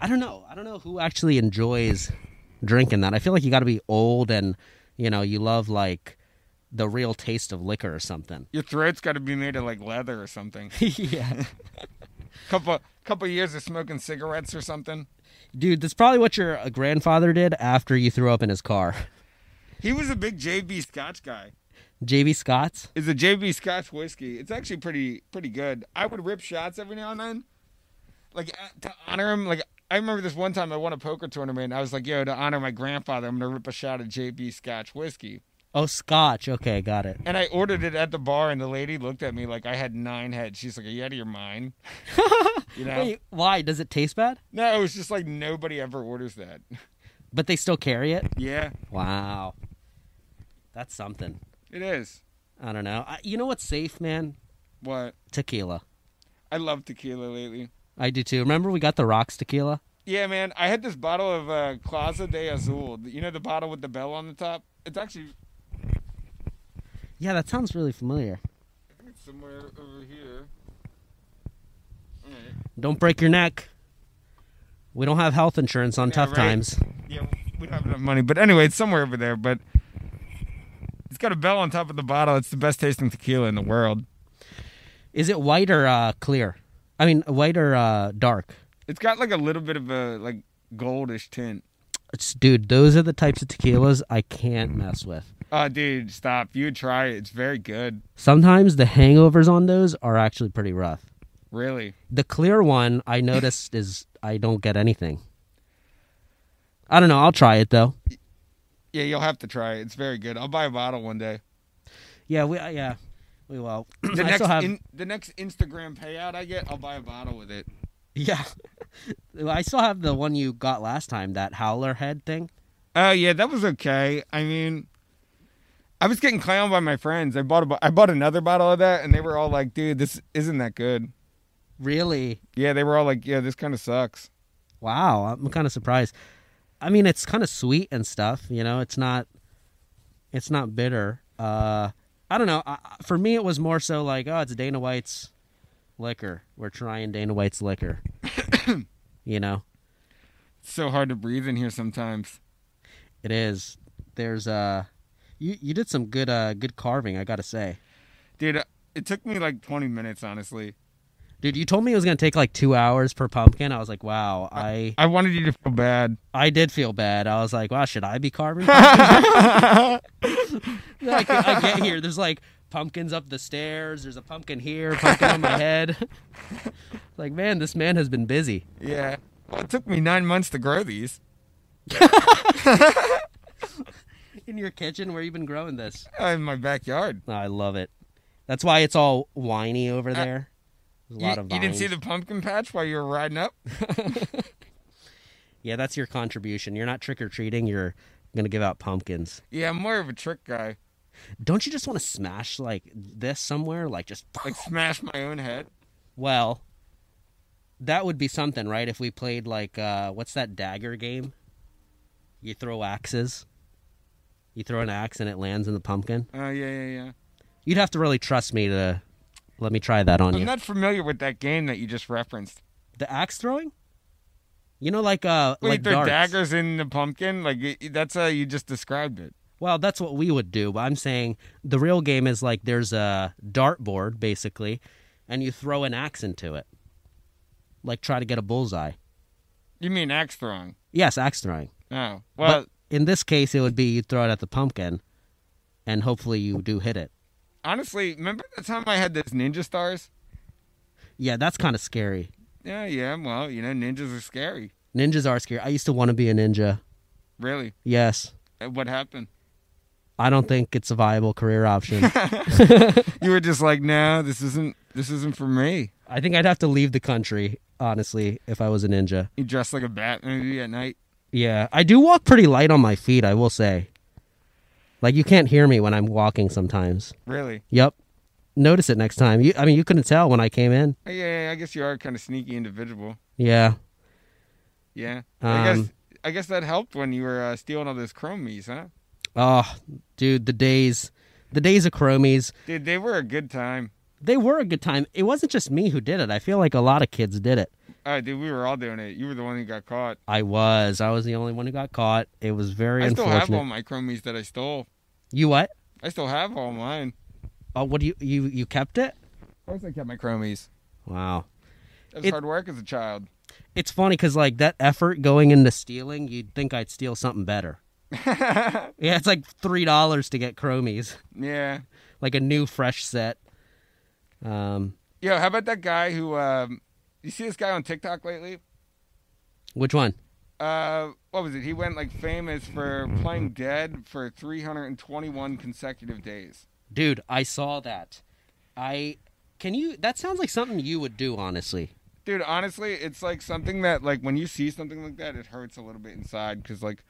B: I don't know. I don't know who actually enjoys drinking that. I feel like you got to be old and, you know, you love like the real taste of liquor or something.
A: Your throat's got to be made of like leather or something.
B: yeah.
A: couple, couple years of smoking cigarettes or something.
B: Dude, that's probably what your uh, grandfather did after you threw up in his car.
A: He was a big JB Scotch guy.
B: JB Scott's?
A: It's a JB Scotch whiskey. It's actually pretty pretty good. I would rip shots every now and then, like uh, to honor him. Like I remember this one time I won a poker tournament. And I was like, "Yo, to honor my grandfather, I'm gonna rip a shot of JB Scotch whiskey."
B: Oh, Scotch. Okay, got it.
A: And I ordered it at the bar, and the lady looked at me like I had nine heads. She's like, "Are you out of your mind?" you know?
B: Wait, why? Does it taste bad?
A: No, it was just like nobody ever orders that.
B: But they still carry it?
A: yeah,
B: Wow. That's something.
A: it is.
B: I don't know. I, you know what's safe, man?
A: What
B: Tequila.
A: I love tequila lately.
B: I do too. Remember we got the rocks tequila?
A: Yeah, man. I had this bottle of uh, Claza de Azul. You know the bottle with the bell on the top? It's actually
B: Yeah, that sounds really familiar.
A: I think it's somewhere over here. Alright.
B: Don't break your neck. We don't have health insurance on
A: Yeah,
B: tough
A: right.
B: times.
A: Yeah, we don't have enough money. But anyway, it's somewhere over there. But it's got a bell on top of the bottle. It's the best tasting tequila in the world.
B: Is it white or uh, clear? I mean, white or uh, dark?
A: It's got like a little bit of a like goldish tint.
B: it's- dude, those are the types of tequilas I can't mess with.
A: Oh, dude, stop. You try it. It's very good.
B: Sometimes the hangovers on those are actually pretty rough.
A: Really.
B: The clear one I noticed is I don't get anything. I don't know. I'll try it though.
A: Yeah, you'll have to try it. It's very good. I'll buy a bottle one day.
B: Yeah, we uh, yeah we will.
A: The
B: I
A: next
B: still have
A: in, the next Instagram payout I get, I'll buy a bottle with it.
B: yeah. I still have the one you got last time, that howler head thing.
A: Oh yeah, that was okay. I mean, I was getting clowned by my friends. I bought a, bo- I bought another bottle of that, and they were all like, "Dude, this isn't that good."
B: Really?
A: Yeah, they were all like, "Yeah, this kind of sucks."
B: Wow, I'm kind of surprised. I mean, it's kind of sweet and stuff, you know. It's not it's not bitter. Uh I don't know. I, I- for me it was more so like, oh, it's Dana White's liquor. We're trying Dana White's liquor. you know.
A: It's so hard to breathe in here sometimes.
B: It is. There's uh you you did some good uh good carving, I got to say.
A: Dude, it took me like 20 minutes, honestly.
B: Dude, you told me it was going to take like 2 hours per pumpkin. I was like, wow. I
A: I wanted you to feel bad.
B: I did feel bad. I was like, wow, should I be carving? pumpkins?" like, I get here. There's like pumpkins up the stairs. There's a pumpkin here, pumpkin on my head. like, man, this man has been busy.
A: Yeah. Well, it took me nine months to grow these.
B: In your kitchen, where you been growing this?
A: uh, In my backyard.
B: Oh, I love it. That's why it's all whiny over there. There's a lot
A: you,
B: of
A: you didn't see
B: vines.
A: the pumpkin patch while you were riding up?
B: Yeah, that's your contribution. You're not trick or treating. You're gonna give out pumpkins.
A: yeah, I'm more of a trick guy.
B: Don't you just want to smash like this somewhere? Like just
A: Like smash my own head.
B: Well, that would be something, right? If we played like uh what's that dagger game? You throw axes. You throw an axe and it lands in the pumpkin.
A: Oh yeah, yeah, yeah.
B: You'd have to really trust me to let me try that on
A: I'm
B: you.
A: not familiar with that game that you just referenced.
B: the axe throwing? You know, like uh,
A: Wait,
B: like
A: there are
B: darts.
A: daggers in the pumpkin? Like it- that's how you just described it.
B: Well, that's what we would do. But I'm saying the real game is like there's a dartboard basically, and you throw an axe into it, like try to get a bullseye.
A: You mean axe throwing?
B: Yes, axe throwing.
A: Oh, well,
B: but in this case, it would be you throw it at the pumpkin, and hopefully you do hit it.
A: honestly, remember the time I had those ninja stars?
B: Yeah, that's kind of scary.
A: Yeah, yeah. Well, you know, ninjas are scary.
B: Ninjas are scary. I used to want to be a ninja.
A: Really?
B: Yes,
A: Uh, What happened?
B: I don't think it's a viable career option.
A: You were just like, no, this isn't. This isn't for me.
B: I think I'd have to leave the country, honestly, if I was a ninja.
A: You dress like a bat maybe at night.
B: Yeah, I do walk pretty light on my feet. I will say, like you can't hear me when I'm walking sometimes.
A: Really?
B: Yep, notice it next time. You, I mean, you couldn't tell when I came in.
A: Oh, Yeah, yeah, I guess you are a kind of sneaky individual.
B: Yeah,
A: Yeah. I guess.
B: Um,
A: I guess that helped when you were uh, stealing all those chromies, huh?
B: Oh, dude, the days, the days of chromies.
A: Dude, they were a good time.
B: They were a good time. It wasn't just me who did it. I feel like a lot of kids did it.
A: Oh, dude, we were all doing it. You were the one who got caught.
B: I was. I was the only one who got caught. It was very
A: I still
B: unfortunate.
A: have all my chromies that I stole.
B: You what?
A: I still have all mine.
B: Oh, what do you you you kept it?
A: Of course, I kept my chromies.
B: Wow.
A: That was
B: It-
A: hard work as a child.
B: It's funny because like that effort going into stealing, you'd think I'd steal something better. yeah, it's like three dollars to get chromies,
A: Yeah.
B: like a new fresh set. Um,
A: Yo, how about that guy who? Um, you see this guy on TikTok lately?
B: which one?
A: Uh, what was it? He went like famous for playing dead for 321 consecutive days.
B: Dude, I saw that. I can you that sounds like something you would do, honestly.
A: Dude, honestly, it's like something that like when you see something like that, it hurts a little bit inside because like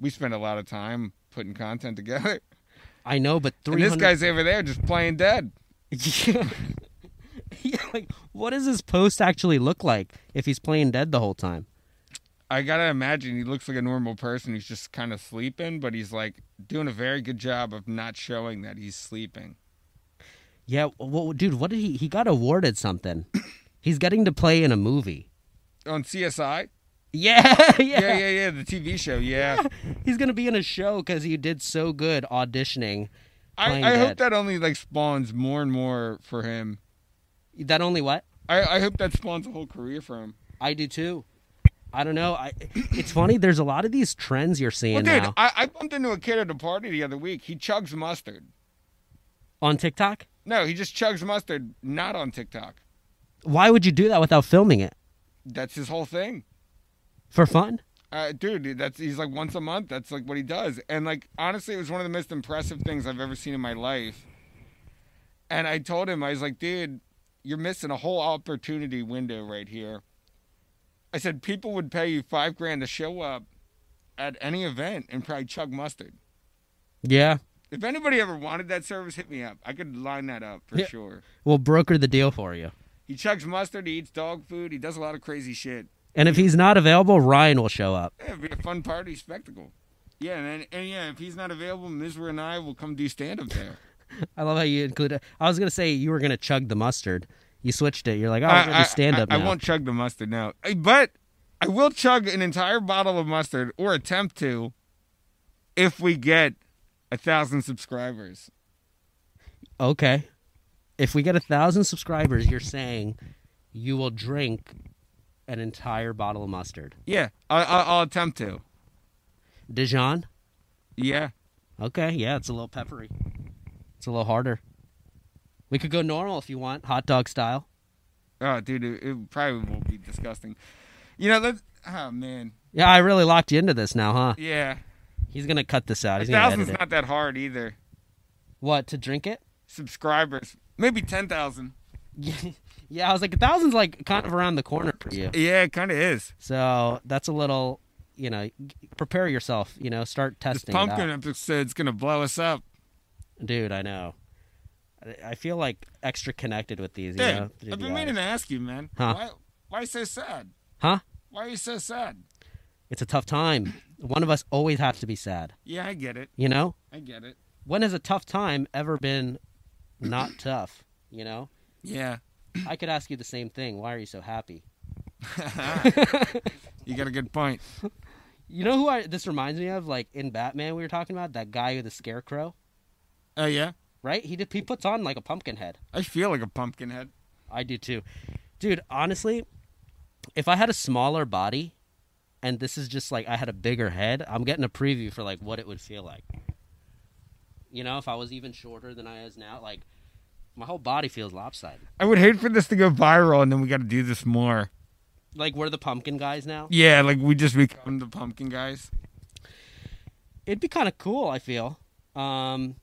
A: we spend a lot of time putting content together,
B: I know, but
A: and
B: three
A: this
B: hundred
A: guy's over there just playing dead.
B: yeah. like what does his post actually look like if he's playing dead the whole time?
A: I gotta imagine he looks like a normal person who's just kind of sleeping, but he's like doing a very good job of not showing that he's sleeping.
B: Yeah, well, dude, what did he he got awarded something? he's getting to play in a movie.
A: On CSI?
B: Yeah, yeah.
A: Yeah, yeah, yeah, the TV show, yeah.
B: He's gonna be in a show because he did so good auditioning. Playing
A: I, I hope
B: dead.
A: that only like spawns more and more for him.
B: That only what
A: I, I hope that spawns a whole career for him.
B: I do too. I don't know. I, it's funny. There's a lot of these trends you're seeing
A: Well, dude,
B: now
A: I, I bumped into a kid at a party the other week. He chugs mustard.
B: on TikTok.
A: No, he just chugs mustard, not on TikTok.
B: Why would you do that without filming it
A: That's his whole thing.
B: for fun?
A: Uh, dude, that's he's like once a month. That's like what he does. And like honestly, it was one of the most impressive things I've ever seen in my life. And I told him, I was like, dude, you're missing a whole opportunity window right here. I said people would pay you five grand to show up at any event and probably chug mustard.
B: Yeah.
A: If anybody ever wanted that service, hit me up. I could line that up for
B: Yeah.
A: sure.
B: We'll broker the deal for you.
A: He chugs mustard. He eats dog food. He does a lot of crazy shit.
B: And if he's not available, Ryan will show up.
A: Yeah, it'd be a fun party spectacle. Yeah, and, and yeah, if he's not available, Mizra and I will come do stand up there.
B: I love how you include. I was gonna say you were gonna chug the mustard. You switched it. You're like, oh,
A: I-
B: I'm gonna
A: I-
B: do stand up
A: I, I
B: now.
A: won't chug the mustard now, I- but I will chug an entire bottle of mustard or attempt to, if we get a thousand subscribers.
B: Okay. If we get a thousand subscribers, you're saying you will drink an entire bottle of mustard.
A: Yeah, I, I, I'll attempt to.
B: Dijon.
A: Yeah,
B: Okay, yeah, it's a little peppery. It's a little harder. We could go normal if you want, hot dog style.
A: oh dude, it, it probably will be disgusting. You know, let's. Oh man,
B: Yeah, I really locked you into this now, huh?
A: yeah,
B: He's gonna cut this out.
A: a
B: He's gonna
A: thousand's
B: edit it.
A: not that hard either.
B: What to drink it?
A: Subscribers, maybe ten thousand.
B: yeah, I was like, a thousand's like kind of around the corner for you.
A: Yeah, it kind of is.
B: So that's a little, you know, g- prepare yourself. You know, start
A: This
B: testing. it out.
A: pumpkin episode's gonna blow us up.
B: dude. I know. I- I feel like extra connected with these. You
A: Dude,
B: know, through
A: I've
B: the
A: been meaning to
B: eyes.
A: ask you, man.
B: Huh?
A: Why why so sad?
B: Huh?
A: Why are you so sad?
B: It's a tough time. One of us always has to be sad.
A: Yeah, I get it.
B: You know.
A: I get it.
B: when has a tough time ever been not tough? You know,
A: Yeah.
B: I could ask you the same thing. Why are you so happy?
A: You got a good point.
B: You know who I, this reminds me of? Like in Batman, we were talking about that guy with the scarecrow,
A: Oh yeah?
B: right? He did, he puts on like a pumpkin head.
A: I feel like a pumpkin head.
B: I do too, dude. Honestly, if I had a smaller body, and this is just like I had a bigger head, I'm getting a preview for like what it would feel like. You know, if I was even shorter than I is now, like my whole body feels lopsided.
A: I would hate for this to go viral and then we gotta do this more.
B: Like we're the pumpkin guys now.
A: Yeah, like we just become the pumpkin guys.
B: it'd be kind of cool. I feel um,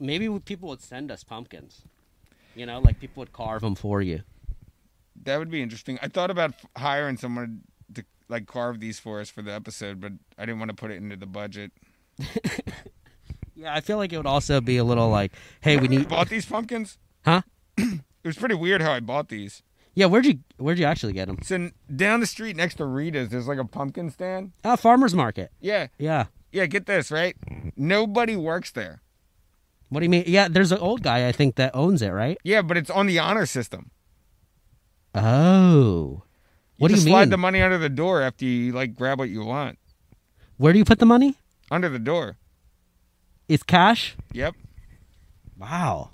B: maybe w- people would send us pumpkins. You know, like people would carve them for you.
A: That would be interesting. I thought about f- hiring someone to like carve these for us for the episode, but I didn't want to put it into the budget.
B: Yeah, I feel like it would also be a little like, hey, we need,
A: bought these pumpkins?
B: huh?
A: It was pretty weird how I bought these.
B: Yeah, where'd you where'd you actually get them?
A: So n- down the street next to Rita's, there's like a pumpkin stand.
B: Oh, farmers market.
A: Yeah,
B: Yeah.
A: yeah. Get this, right? Nobody works there.
B: What do you mean? Yeah, there's an old guy I think that owns it, right?
A: Yeah, but it's on the honor system.
B: Oh. What do
A: just
B: you mean?
A: Slide the money under the door after you like grab what you want.
B: Where do you put the money?
A: Under the door.
B: It's cash.
A: Yep.
B: Wow,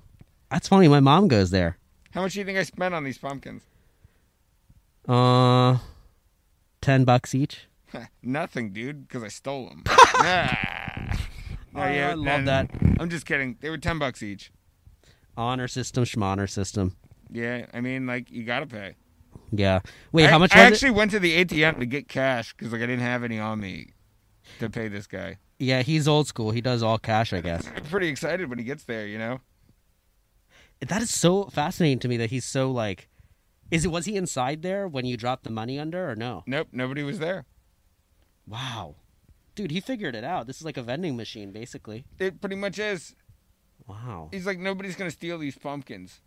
B: that's funny. My mom goes there.
A: How much do you think I spent on these pumpkins?
B: Uh, ten bucks each.
A: Nothing, dude, because I stole them. nah. No,
B: Oh, I love that.
A: I'm just kidding. They were ten bucks each.
B: Honor system, schmonor system.
A: Yeah, I mean, like you gotta pay.
B: Yeah. Wait,
A: I,
B: how much
A: I
B: was it?
A: actually went to the ATM to get cash because like I didn't have any on me to pay this guy.
B: Yeah, he's old school. He does all cash, I guess.
A: I'm pretty excited when he gets there, you know.
B: That is so fascinating to me that he's so like is it was he inside there when you dropped the money under or no?
A: Nope, nobody was there.
B: Wow. Dude, he figured it out. This is like a vending machine basically.
A: It pretty much is.
B: Wow.
A: He's like, nobody's gonna steal these pumpkins.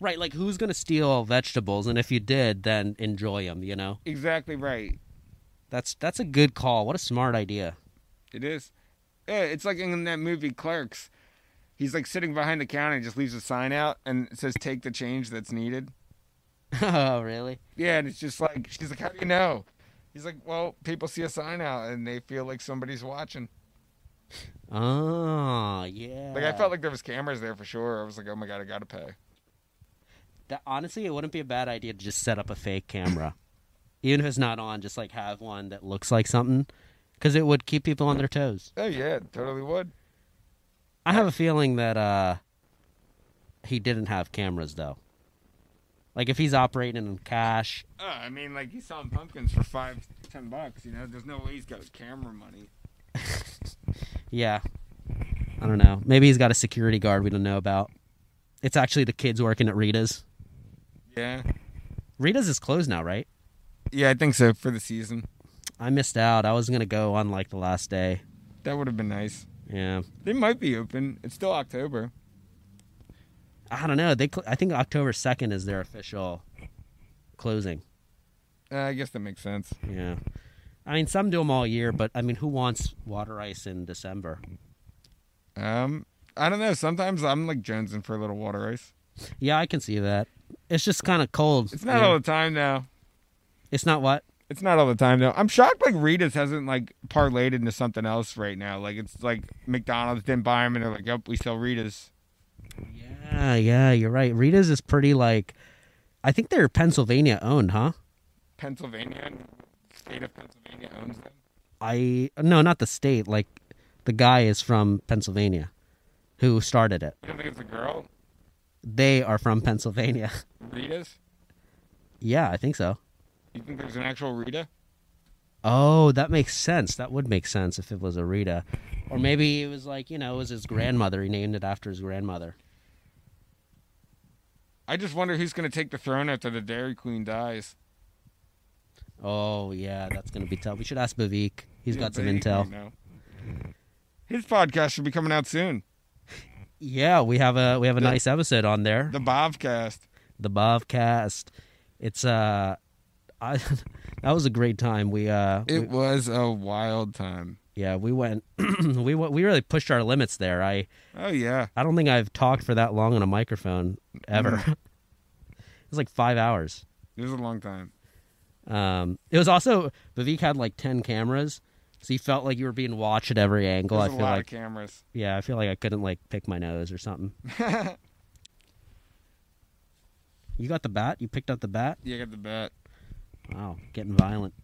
B: Right, like who's going to steal vegetables and if you did, then enjoy them, you know?
A: Exactly right.
B: That's that's a good call. What a smart idea.
A: It is. Yeah, it's like in that movie Clerks. He's like sitting behind the counter and just leaves a sign out and it says take the change that's needed.
B: oh, really?
A: Yeah, and it's just like she's like, How do you know? He's like, Well, people see a sign out and they feel like somebody's watching.
B: Oh, yeah.
A: Like I felt like there was cameras there for sure. I was like, Oh my god, I gotta pay.
B: that, honestly, it wouldn't be a bad idea to just set up a fake camera. even if it's not on, just like have one that looks like something, because it would keep people on their toes.
A: Oh yeah, it totally would.
B: I have a feeling that uh, he didn't have cameras though. Like if he's operating in cash,
A: Uh, I mean, like he's selling pumpkins for five, ten bucks. You know, there's no way he's got camera money.
B: yeah. I don't know. Maybe he's got a security guard we don't know about. It's actually the kids working at Rita's.
A: Yeah.
B: Rita's is closed now, right?
A: Yeah, I think so for the season.
B: I missed out. I was gonna go on like the last day.
A: That would have been nice.
B: Yeah.
A: They might be open. It's still October.
B: I don't know. They cl- I think October second is their official closing.
A: Uh, I guess that makes sense.
B: Yeah. I mean, some do them all year, but I mean, who wants water ice in December?
A: Um, I don't know. Sometimes I'm like jonesing for a little water ice.
B: Yeah, I can see that. It's just kind of cold.
A: It's not
B: Yeah.
A: all the time now.
B: It's not what?
A: It's not all the time though. I'm shocked like Rita's hasn't like parlayed into something else right now. Like it's like McDonald's didn't buy them and they're like, "Yep, we sell Rita's."
B: Yeah, yeah, you're right. Rita's is pretty like, I think they're Pennsylvania owned, huh?
A: Pennsylvania, and the state of Pennsylvania owns them.
B: I no, not the state. Like, the guy is from Pennsylvania, who started it.
A: You don't think it's a girl?
B: They are from Pennsylvania.
A: Rita's?
B: yeah, I think so.
A: You think there's an actual Rita?
B: Oh, that makes sense. That would make sense if it was a Rita, or maybe it was like you know, it was his grandmother. He named it after his grandmother.
A: I just wonder who's going to take the throne after the Dairy Queen dies.
B: Oh yeah, that's gonna be tough. We should ask Bavik. He's
A: Yeah,
B: got some
A: but he-
B: intel.
A: you know. His podcast should be coming out soon.
B: Yeah, we have a we have a
A: The-
B: nice episode on there.
A: The Bobcast.
B: The, Bobcast. It's uh, I that was a great time. We uh, we-
A: It was a wild time.
B: yeah, we went we went, we really pushed our limits there. I
A: Oh yeah.
B: I don't think I've talked for that long on a microphone ever.
A: Mm.
B: it was like five hours.
A: It was a long time.
B: Um, it was also Vivek had like ten cameras, so you felt like you were being watched at every angle.
A: There's
B: I
A: a
B: feel
A: lot
B: like
A: of cameras.
B: yeah, I feel like I couldn't like pick my nose or something. you got the bat. You picked up the bat.
A: You got the bet.
B: Wow, getting violent.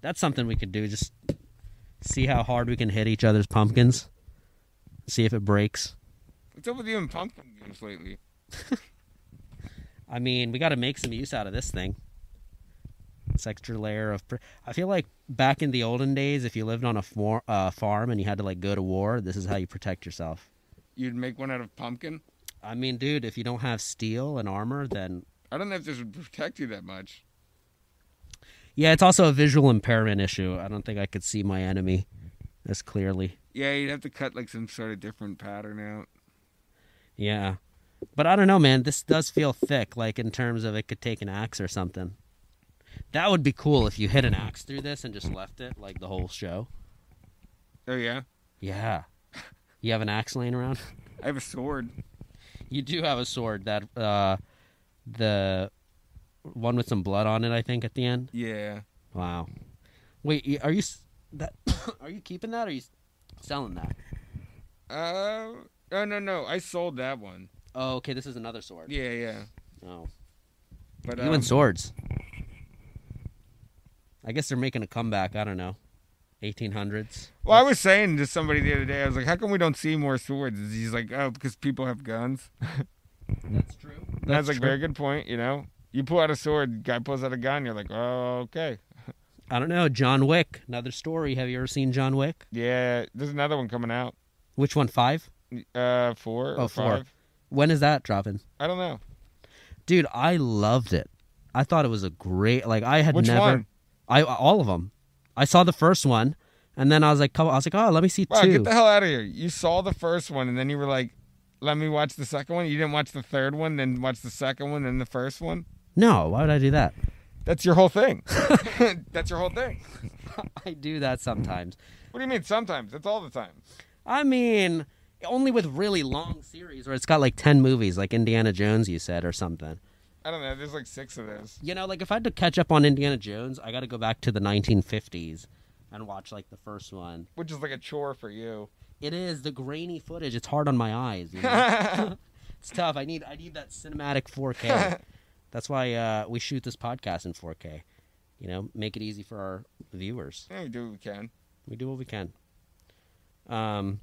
B: That's something we could do. Just see how hard we can hit each other's pumpkins. See if it breaks.
A: What's up with you and pumpkin games lately?
B: I mean, we got to make some use out of this thing. This extra layer of. Pr- I feel like back in the olden days, if you lived on a for- uh, farm and you had to like go to war, this is how you protect yourself.
A: You'd make one out of pumpkin.
B: I mean, dude, if you don't have steel and armor, then
A: I don't know if this would protect you that much.
B: yeah, it's also a visual impairment issue. I don't think I could see my enemy as clearly.
A: Yeah, you'd have to cut like some sort of different pattern out.
B: Yeah. But I don't know, man. This does feel thick, like in terms of it could take an axe or something. That would be cool if you hit an axe through this and just left it like the whole show.
A: Oh yeah.
B: Yeah. You have an axe laying around?
A: I have a sword.
B: You do have a sword that uh the one with some blood on it, I think, at the end.
A: Yeah.
B: Wow. Wait, y- are you s- that are you keeping that or are you s- selling that?
A: Uh. Oh no no. I sold that one.
B: Oh, okay, this is another sword.
A: Yeah yeah.
B: Oh.
A: But
B: You
A: um,
B: and swords. I guess they're making a comeback. I don't know. 1800s.
A: well, I was saying to somebody the other day, I was like, "How come we don't see more swords?" And He's like, "Oh, because people have guns."
B: That's true.
A: And I was like, "Very good point." You know, you pull out a sword, guy pulls out a gun, you're like, "Oh, okay."
B: I don't know. John Wick. Another story. Have you ever seen John Wick?
A: Yeah, there's another one coming out.
B: Which one? Five?
A: Uh, four or
B: Oh, four.
A: five?
B: When is that dropping?
A: I don't know.
B: Dude, I loved it. I thought it was a great. Like I had
A: Which
B: never.
A: one?
B: I all of them. I saw the first one, and then I was like, come, I was like, oh, let me see
A: Wow,
B: two.
A: get the hell out of here! You saw the first one, and then you were like, "Let me watch the second one." You didn't watch the third one, then watch the second one, then the first one.
B: no, why would I do that?
A: That's your whole thing. That's your whole thing.
B: I do that sometimes.
A: What do you mean? Sometimes that's all the time.
B: I mean, only with really long series where it's got like 10 movies, like Indiana Jones, you said, or something.
A: I don't know. There's like six of those.
B: You know, like if I had to catch up on Indiana Jones, I got to go back to the 1950s and watch like the first one.
A: which is like a chore for you.
B: It is the grainy footage. It's hard on my eyes. you know? it's tough. I need I need that cinematic 4K. That's why uh, we shoot this podcast in 4K. You know, make it easy for our viewers.
A: Yeah, we do what we can.
B: We do what we can. Um,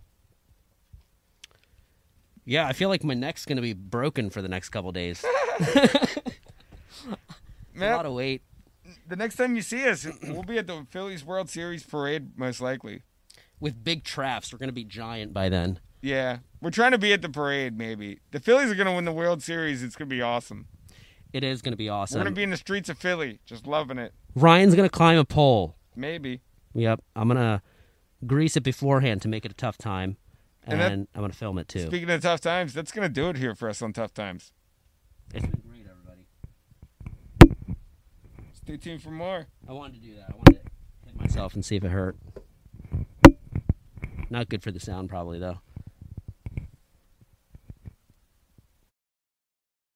B: yeah, I feel like my neck's gonna be broken for the next couple days. It's a
A: Matt,
B: lot of weight.
A: the next time you see us, we'll be at the Phillies World Series parade, most likely.
B: With big traps, we're gonna be giant by then.
A: Yeah, we're trying to be at the parade. Maybe the Phillies are gonna win the World Series. It's gonna be awesome.
B: It is gonna be awesome.
A: We're gonna be in the streets of Philly, just loving it.
B: Ryan's gonna climb a pole.
A: Maybe.
B: Yep, I'm gonna grease it beforehand to make it a tough time, and,
A: And that-
B: I'm gonna film it too.
A: Speaking of tough times, that's gonna do it here for us on tough times.
B: it's been great, everybody.
A: Stay tuned for more.
B: I wanted to do that. I wanted to hit myself and see if it hurt. Not good for the sound, probably though.